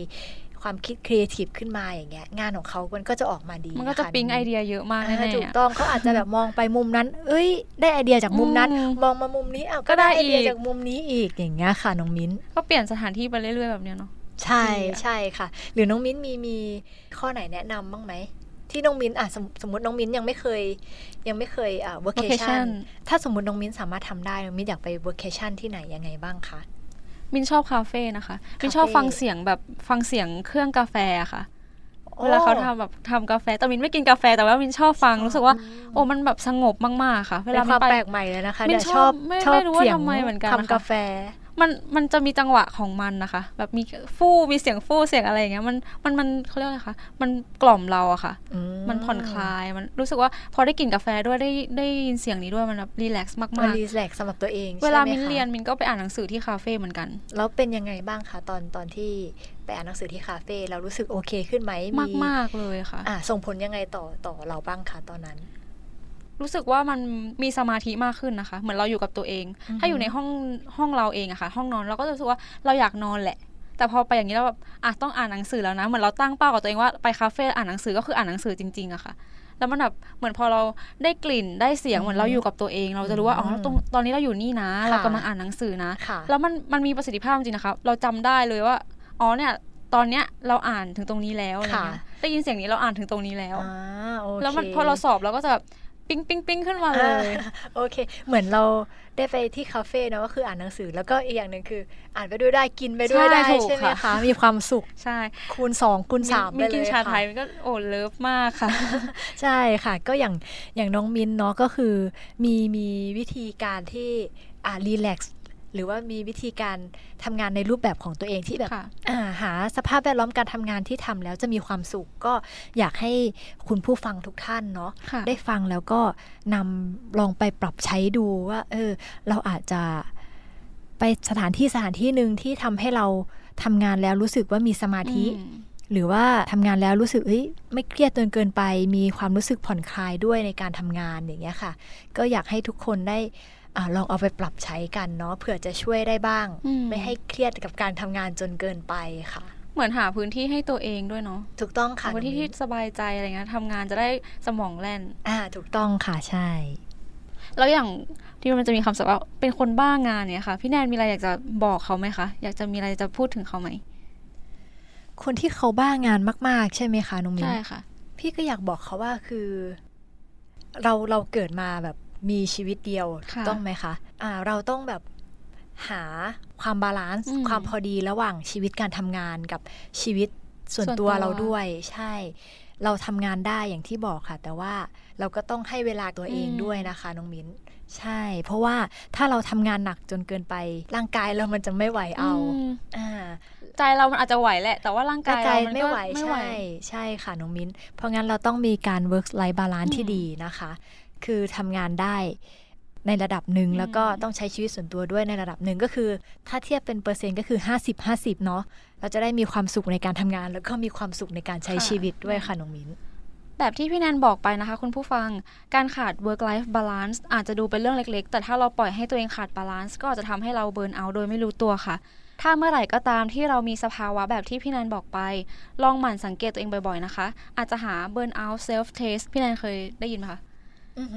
Speaker 3: ความคิดครีเอทีฟขึ้นมาอย่างเงี้ยงานของเขามันก็จะออกมาดี
Speaker 2: มันก็จะ
Speaker 3: ค
Speaker 2: ปิ๊งไอเดียเยอะมากแน่
Speaker 3: อ่า
Speaker 2: ๆ
Speaker 3: ถูก
Speaker 2: อะ
Speaker 3: ต้องเขาอาจจะแบบมองไปมุมนั้น เอ้ย ได้ไอเดียจากมุมนั้น
Speaker 2: อืม
Speaker 3: มองมามุมนี้อ้าว
Speaker 2: ก็
Speaker 3: ก็
Speaker 2: ได้
Speaker 3: ได้ไอเดีย
Speaker 2: อีก
Speaker 3: จากมุมนี้อีกอย่างเงี้ยค่ะน้องมิ้น
Speaker 2: ก็เปลี่ยนสถานที่ไปเรื่อยๆแบบเนี้ยเนาะ
Speaker 3: ใช่
Speaker 2: ดีอะ
Speaker 3: ใช่ค่ะ หรือน้องมิ้นมีมีข้อไหนแนะนำบ้างไหม ที่น้องมิ้นอ่ะสมสมมติน้องมิ้นยังไม่เคย ยังไม่เคยอ่า workation
Speaker 2: Location
Speaker 3: ถ้าสมมติน้องมิ้นสามารถทำได้น้องมิ้นอยากไป workation ที่ไหนยังไงบ้างคะ
Speaker 2: มินชอบคาเฟ่นะคะ มิน
Speaker 3: คาเฟ่
Speaker 2: ชอบฟังเสียงแบบฟังเสียงเครื่องกาแฟอะค่ะ เวลาเขาทำแบบทำกาแฟแต่มินไม่กินกาแฟแต่ว่ามินชอบฟังรู้สึกว่า โอ้มันแบบสงบมากๆค่ะ เว
Speaker 3: เป็น
Speaker 2: ลา
Speaker 3: ควา
Speaker 2: น
Speaker 3: ม
Speaker 2: ไป
Speaker 3: แปลกใหม่เลยนะคะ
Speaker 2: มิ้น
Speaker 3: เดี๋ยว
Speaker 2: ชอบไม่ไม่รู้ว่าทำไมเหมือนกันนะคะ
Speaker 3: ทำกาแฟ
Speaker 2: มันมันจะมีจังหวะของมันนะคะ แบบมีฟู่มีเสียงฟู่เสียงอะไรอย่างเงี้ยมันมันมันเขาเรียกว่าอะไรคะมันกล่อมเราอะค่ะ
Speaker 3: อื
Speaker 2: มันผ่อนคลายมันรู้สึกว่าพอได้กลิ่นกาแฟด้วยได้ได้ยินเสียงนี้ด้วยมันแบบรีแลกซ์มาก
Speaker 3: มัน
Speaker 2: ๆ
Speaker 3: รีแลกสำหรับตัวเอง
Speaker 2: เวลา
Speaker 3: ใช่ไห
Speaker 2: มิน
Speaker 3: คะ
Speaker 2: เรียนมินก็ไปอ่านหนังสือที่คาเฟ่เหมือนกัน
Speaker 3: แล้วเป็นยังไงบ้างคะตอนตอนที่ไปอ่านหนังสือที่คาเฟ่เรารู้สึกโอเคขึ้นไหม
Speaker 2: มากมากๆเลยค่ะ
Speaker 3: อ่ะส่งผลยังไงต่อต่อเราบ้างคะตอนนั้น
Speaker 2: รู้สึกว่ามันมีสมาธิมากขึ้นนะคะ เหมือนเราอยู่กับตัวเอง
Speaker 3: อือฮึ
Speaker 2: ถ้าอยู่ในห้องห้องเราเองอะค่ะ ห้องนอนเราก็จะรู้สึกว่าเราอยากนอนแหละ แต่พอไปอย่างนี้แล้วแบบอ่ะต้องอ่านหนังสือแล้วนะ เหมือนเราตั้งเป้ากับตัวเองว่าไปคาเฟ่อ่านหนังสือก็คืออ่านหนังสือจริงๆอะค่ะ แล้วมันแบบเหมือนพอเราได้กลิ่นได้เสียงเหมือนเราอยู่กับตัวเอง เราจะรู้ว่าอ๋อตรงตอนนี้เราอยู่นี่นะ เรากำลังอ่านหนังสือนะ
Speaker 3: ค่ะ
Speaker 2: แล้วมันมันมีประสิทธิภาพจริงๆนะคะ เราจำได้เลยว่า อ๋อเนี่ย ตอนเนี้ยเราอ่านถึงตรงนี้แล้วอะไรเงี้ย
Speaker 3: ค่ะ
Speaker 2: ได้ยินเสียงนี้เราอ่านถึงตรงนี้แล้ว
Speaker 3: อ่าโอเค
Speaker 2: แล้วมันพอเราสอบเราก็จะแบบ ปิ๊งปิ๊งปิ๊งขึ้นมาเลย
Speaker 3: โอเค เหมือนเราได้ไปที่คาเฟ่เนอะก็คืออ่านหนังสือ แล้วก็อีกอย่างหนึ่งคือ อ่านไปด้วยได้กินไปด้วยได้ใช่ไหมคะมีความสุข
Speaker 2: ใช่
Speaker 3: คูณ 2 คูณ3
Speaker 2: มี
Speaker 3: ได้เลย
Speaker 2: กินชาไทย
Speaker 3: ค่ะ
Speaker 2: มันก็โอ้เลิฟมากค่ะ
Speaker 3: ใช่ค่ะก็อย่างอย่างน้องมินเนาะก็คือมีมีวิธีการที่อ่ารีแลกซ์หรือว่ามีวิธีการทำงานในรูปแบบของตัวเองที่แบบ
Speaker 2: ค่ะ
Speaker 3: อ่าหาสภาพแวดล้อมการทำงานที่ทำแล้วจะมีความสุขก็อยากให้คุณผู้ฟังทุกท่านเนาะ
Speaker 2: ค่ะ
Speaker 3: ได้ฟังแล้วก็นำลองไปปรับใช้ดูว่าเออเราอาจจะไปสถานที่สถานที่หนึ่งที่ทำให้เราทำงานแล้วรู้สึกว่ามีสมาธิ
Speaker 2: อืม
Speaker 3: หรือว่าทำงานแล้วรู้สึกเฮ้ยไม่เครียดจนเกินไป มีความรู้สึกผ่อนคลายด้วยในการทำงานอย่างเงี้ยค่ะ ก็อยากให้ทุกคนได้อาลองเอาไปปรับใช้กันเนาะเผื่อจะช่วยได้บ้าง
Speaker 2: อืม
Speaker 3: ไม่ให้เครียดกับการทำงานจนเกินไปค่ะ
Speaker 2: เหมือนหาพื้นที่ให้ตัวเองด้วยเนาะ
Speaker 3: ถูกต้องค่ะ
Speaker 2: หาพื้นที่ที่สบายใจอะไรเงี้ยทำงานจะได้สมองแล่น
Speaker 3: อ่าถูกต้องค่ะใช่
Speaker 2: แล้วอย่างที่มันจะมีคำศัพท์ว่าเป็นคนบ้างานเนี่ยค่ะ พี่แนนมีอะไรอยากจะบอกเขาไหมคะ อยากจะมีอะไรจะพูดถึงเขาไหม
Speaker 3: คนที่เขาบ้างานมาก ๆ ใช่ไหมคะน้องมิ้น
Speaker 2: ใช่ค่ะ
Speaker 3: พี่ก็อยากบอกเขาว่าคือ เราเราเกิดมาแบบมีชีวิตเดียว
Speaker 2: ค่ะ
Speaker 3: ต้องไหมคะอ่าเราต้องแบบหาความบาลานซ์ความพอดีระหว่างชีวิตการทำงานกับชีวิตส่วนตัวเราด้วย ใช่ เราทำงานได้อย่างที่บอกค่ะ แต่ว่าเราก็ต้องให้เวลาตัวเองด้วยนะคะน้องมิ้น ใช่ เพราะว่าถ้าเราทำงานหนักจนเกินไป ร่างกายเรามันจะไม่ไหวเอา
Speaker 2: ม
Speaker 3: อ่า
Speaker 2: ใจเรามันอาจจะไหวแหละ แต่ว่าร่างกายเรามัน
Speaker 3: ไม่
Speaker 2: ก็
Speaker 3: ไหว
Speaker 2: ไม่ไหว
Speaker 3: ใช่ใช่ค่ะน้องมิ้น เพราะงั้นเราต้องมีการ work life balance ที่
Speaker 2: อืม
Speaker 3: ดีนะคะ คือทำงานได้ในระดับหนึ่ง
Speaker 2: อืม
Speaker 3: แล้วก็ต้องใช้ชีวิตส่วนตัวด้วยในระดับหนึ่งก็คือ ถ้าเทียบเป็นเปอร์เซ็นต์ก็คือ 50 50 เนาะเราจะได้มีความสุขในการทำงาน แล้วก็มีความสุขในการใช้ชีวิตด้วยค่ะน้องมิ้น
Speaker 2: แบบที่พี่แนนบอกไปนะคะ คุณผู้ฟังการขาด work life balance อาจจะดูเป็นเรื่องเล็กๆ แต่ถ้าเราปล่อยให้ตัวเองขาด balance ก็อาจจะทำให้เราเบิร์นเอาท์โดยไม่รู้ตัวค่ะ ถ้าเมื่อไหร่ก็ตามที่เรามีสภาวะแบบที่พี่แนนบอกไป ลองหมั่นสังเกตตัวเองบ่อยๆนะคะ อาจจะหา burn out self test พี่แนนเคยได้ยินไหมคะ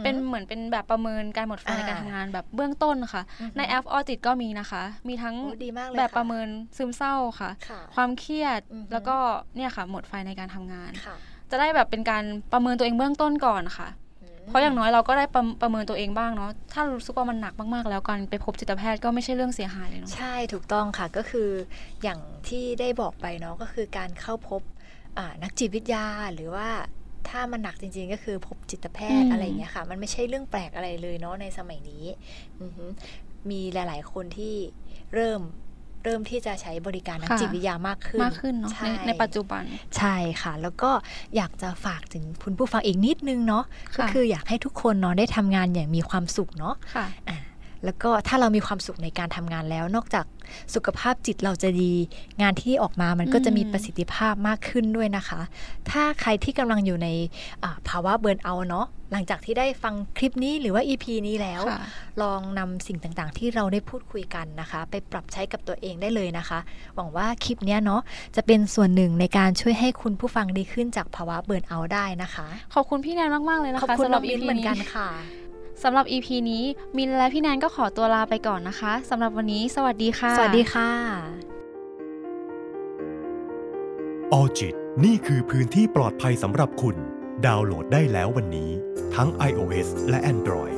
Speaker 2: เป็นเหมือนเป็นแบบประเมินการหมดไฟ
Speaker 3: อ่า
Speaker 2: ในการทำงานแบบเบื้องต้นค่ะ ในแอปออจิตก็มีนะคะ มีทั้ง
Speaker 3: โอ้ดีมากเลย
Speaker 2: แบบประ
Speaker 3: ค่
Speaker 2: เมินซึมเศร้าค่ะ
Speaker 3: ค่ะ
Speaker 2: ความเครียด
Speaker 3: อือฮึ
Speaker 2: แล้วก็เนี่ยค่ะ หมดไฟในการทำงาน
Speaker 3: ค่ะ
Speaker 2: จะได้แบบเป็นการประเมินตัวเองเบื้องต้นก่อนค่ะ เพราะอย่างน้อยเราก็ได้ประประเมินตัวเองบ้างเนาะถ้ารู้สึกว่ามันหนักมากๆ แล้วการไปพบจิตแพทย์ก็ไม่ใช่เรื่องเสียหายเลยเนาะ
Speaker 3: ใช่ถูกต้องค่ะก็คืออย่างที่ได้บอกไปเนาะก็คือการเข้าพบอ่านักจิตวิทยาหรือว่าถ้ามันหนักจริงๆ ก็คือพบจิตแพทย์
Speaker 2: อืม
Speaker 3: อะไรอย่างเงี้ยค่ะ มันไม่ใช่เรื่องแปลกอะไรเลยเนาะในสมัยนี้อือหือมีหลายๆคนที่เริ่มเริ่มที่จะใช้บริการนักจิตวิทยามากขึ้น
Speaker 2: มากขึ้นเนาะ
Speaker 3: ใช่
Speaker 2: ในในปัจจุบัน
Speaker 3: ใช่ค่ะ แล้วก็อยากจะฝากถึงคุณผู้ฟังอีกนิดนึงเนาะ
Speaker 2: ค่ะ
Speaker 3: ก็คืออยากให้ทุกคนเนาะได้ทำงานอย่างมีความสุขเนาะ
Speaker 2: ค่ะ
Speaker 3: อ่ะแล้วก็ถ้าเรามีความสุขในการทำงานแล้ว นอกจากสุขภาพจิตเราจะดี งานที่ออกมามันก็จะมี
Speaker 2: อืม
Speaker 3: ประสิทธิภาพมากขึ้นด้วยนะคะ ถ้าใครที่กำลังอยู่ในอ่าภาวะเบิร์นเอาท์เนาะหลังจากที่ได้ฟังคลิปนี้หรือว่า EP นี้แล้ว
Speaker 2: ค่ะ
Speaker 3: ลองนำสิ่งต่างๆ ที่เราได้พูดคุยกันนะคะ ไปปรับใช้กับตัวเองได้เลยนะคะ หวังว่าคลิปเนี้ยเนาะจะเป็นส่วนหนึ่งในการช่วยให้คุณผู้ฟังดีขึ้นจากภาวะเบิร์นเอาท์ได้นะคะ
Speaker 2: ขอบคุณพี่แนนมากๆเลยนะ
Speaker 3: ขอบ
Speaker 2: คะ
Speaker 3: คุณ
Speaker 2: สำห
Speaker 3: น้
Speaker 2: รั
Speaker 3: อบ ง
Speaker 2: EP
Speaker 3: มิ้นเหมือนกันค่ะ
Speaker 2: สำหรับ EP นี้มินและพี่แนนก็ขอตัวลาไปก่อนนะคะสำหรับวันนี้สวัสดีค่ะ
Speaker 3: สวัสดีค่ะ
Speaker 1: ออจิตนี่คือพื้นที่ปลอดภัยสำหรับคุณ ดาวน์โหลดได้แล้ววันนี้ ทั้ง iOS และ Android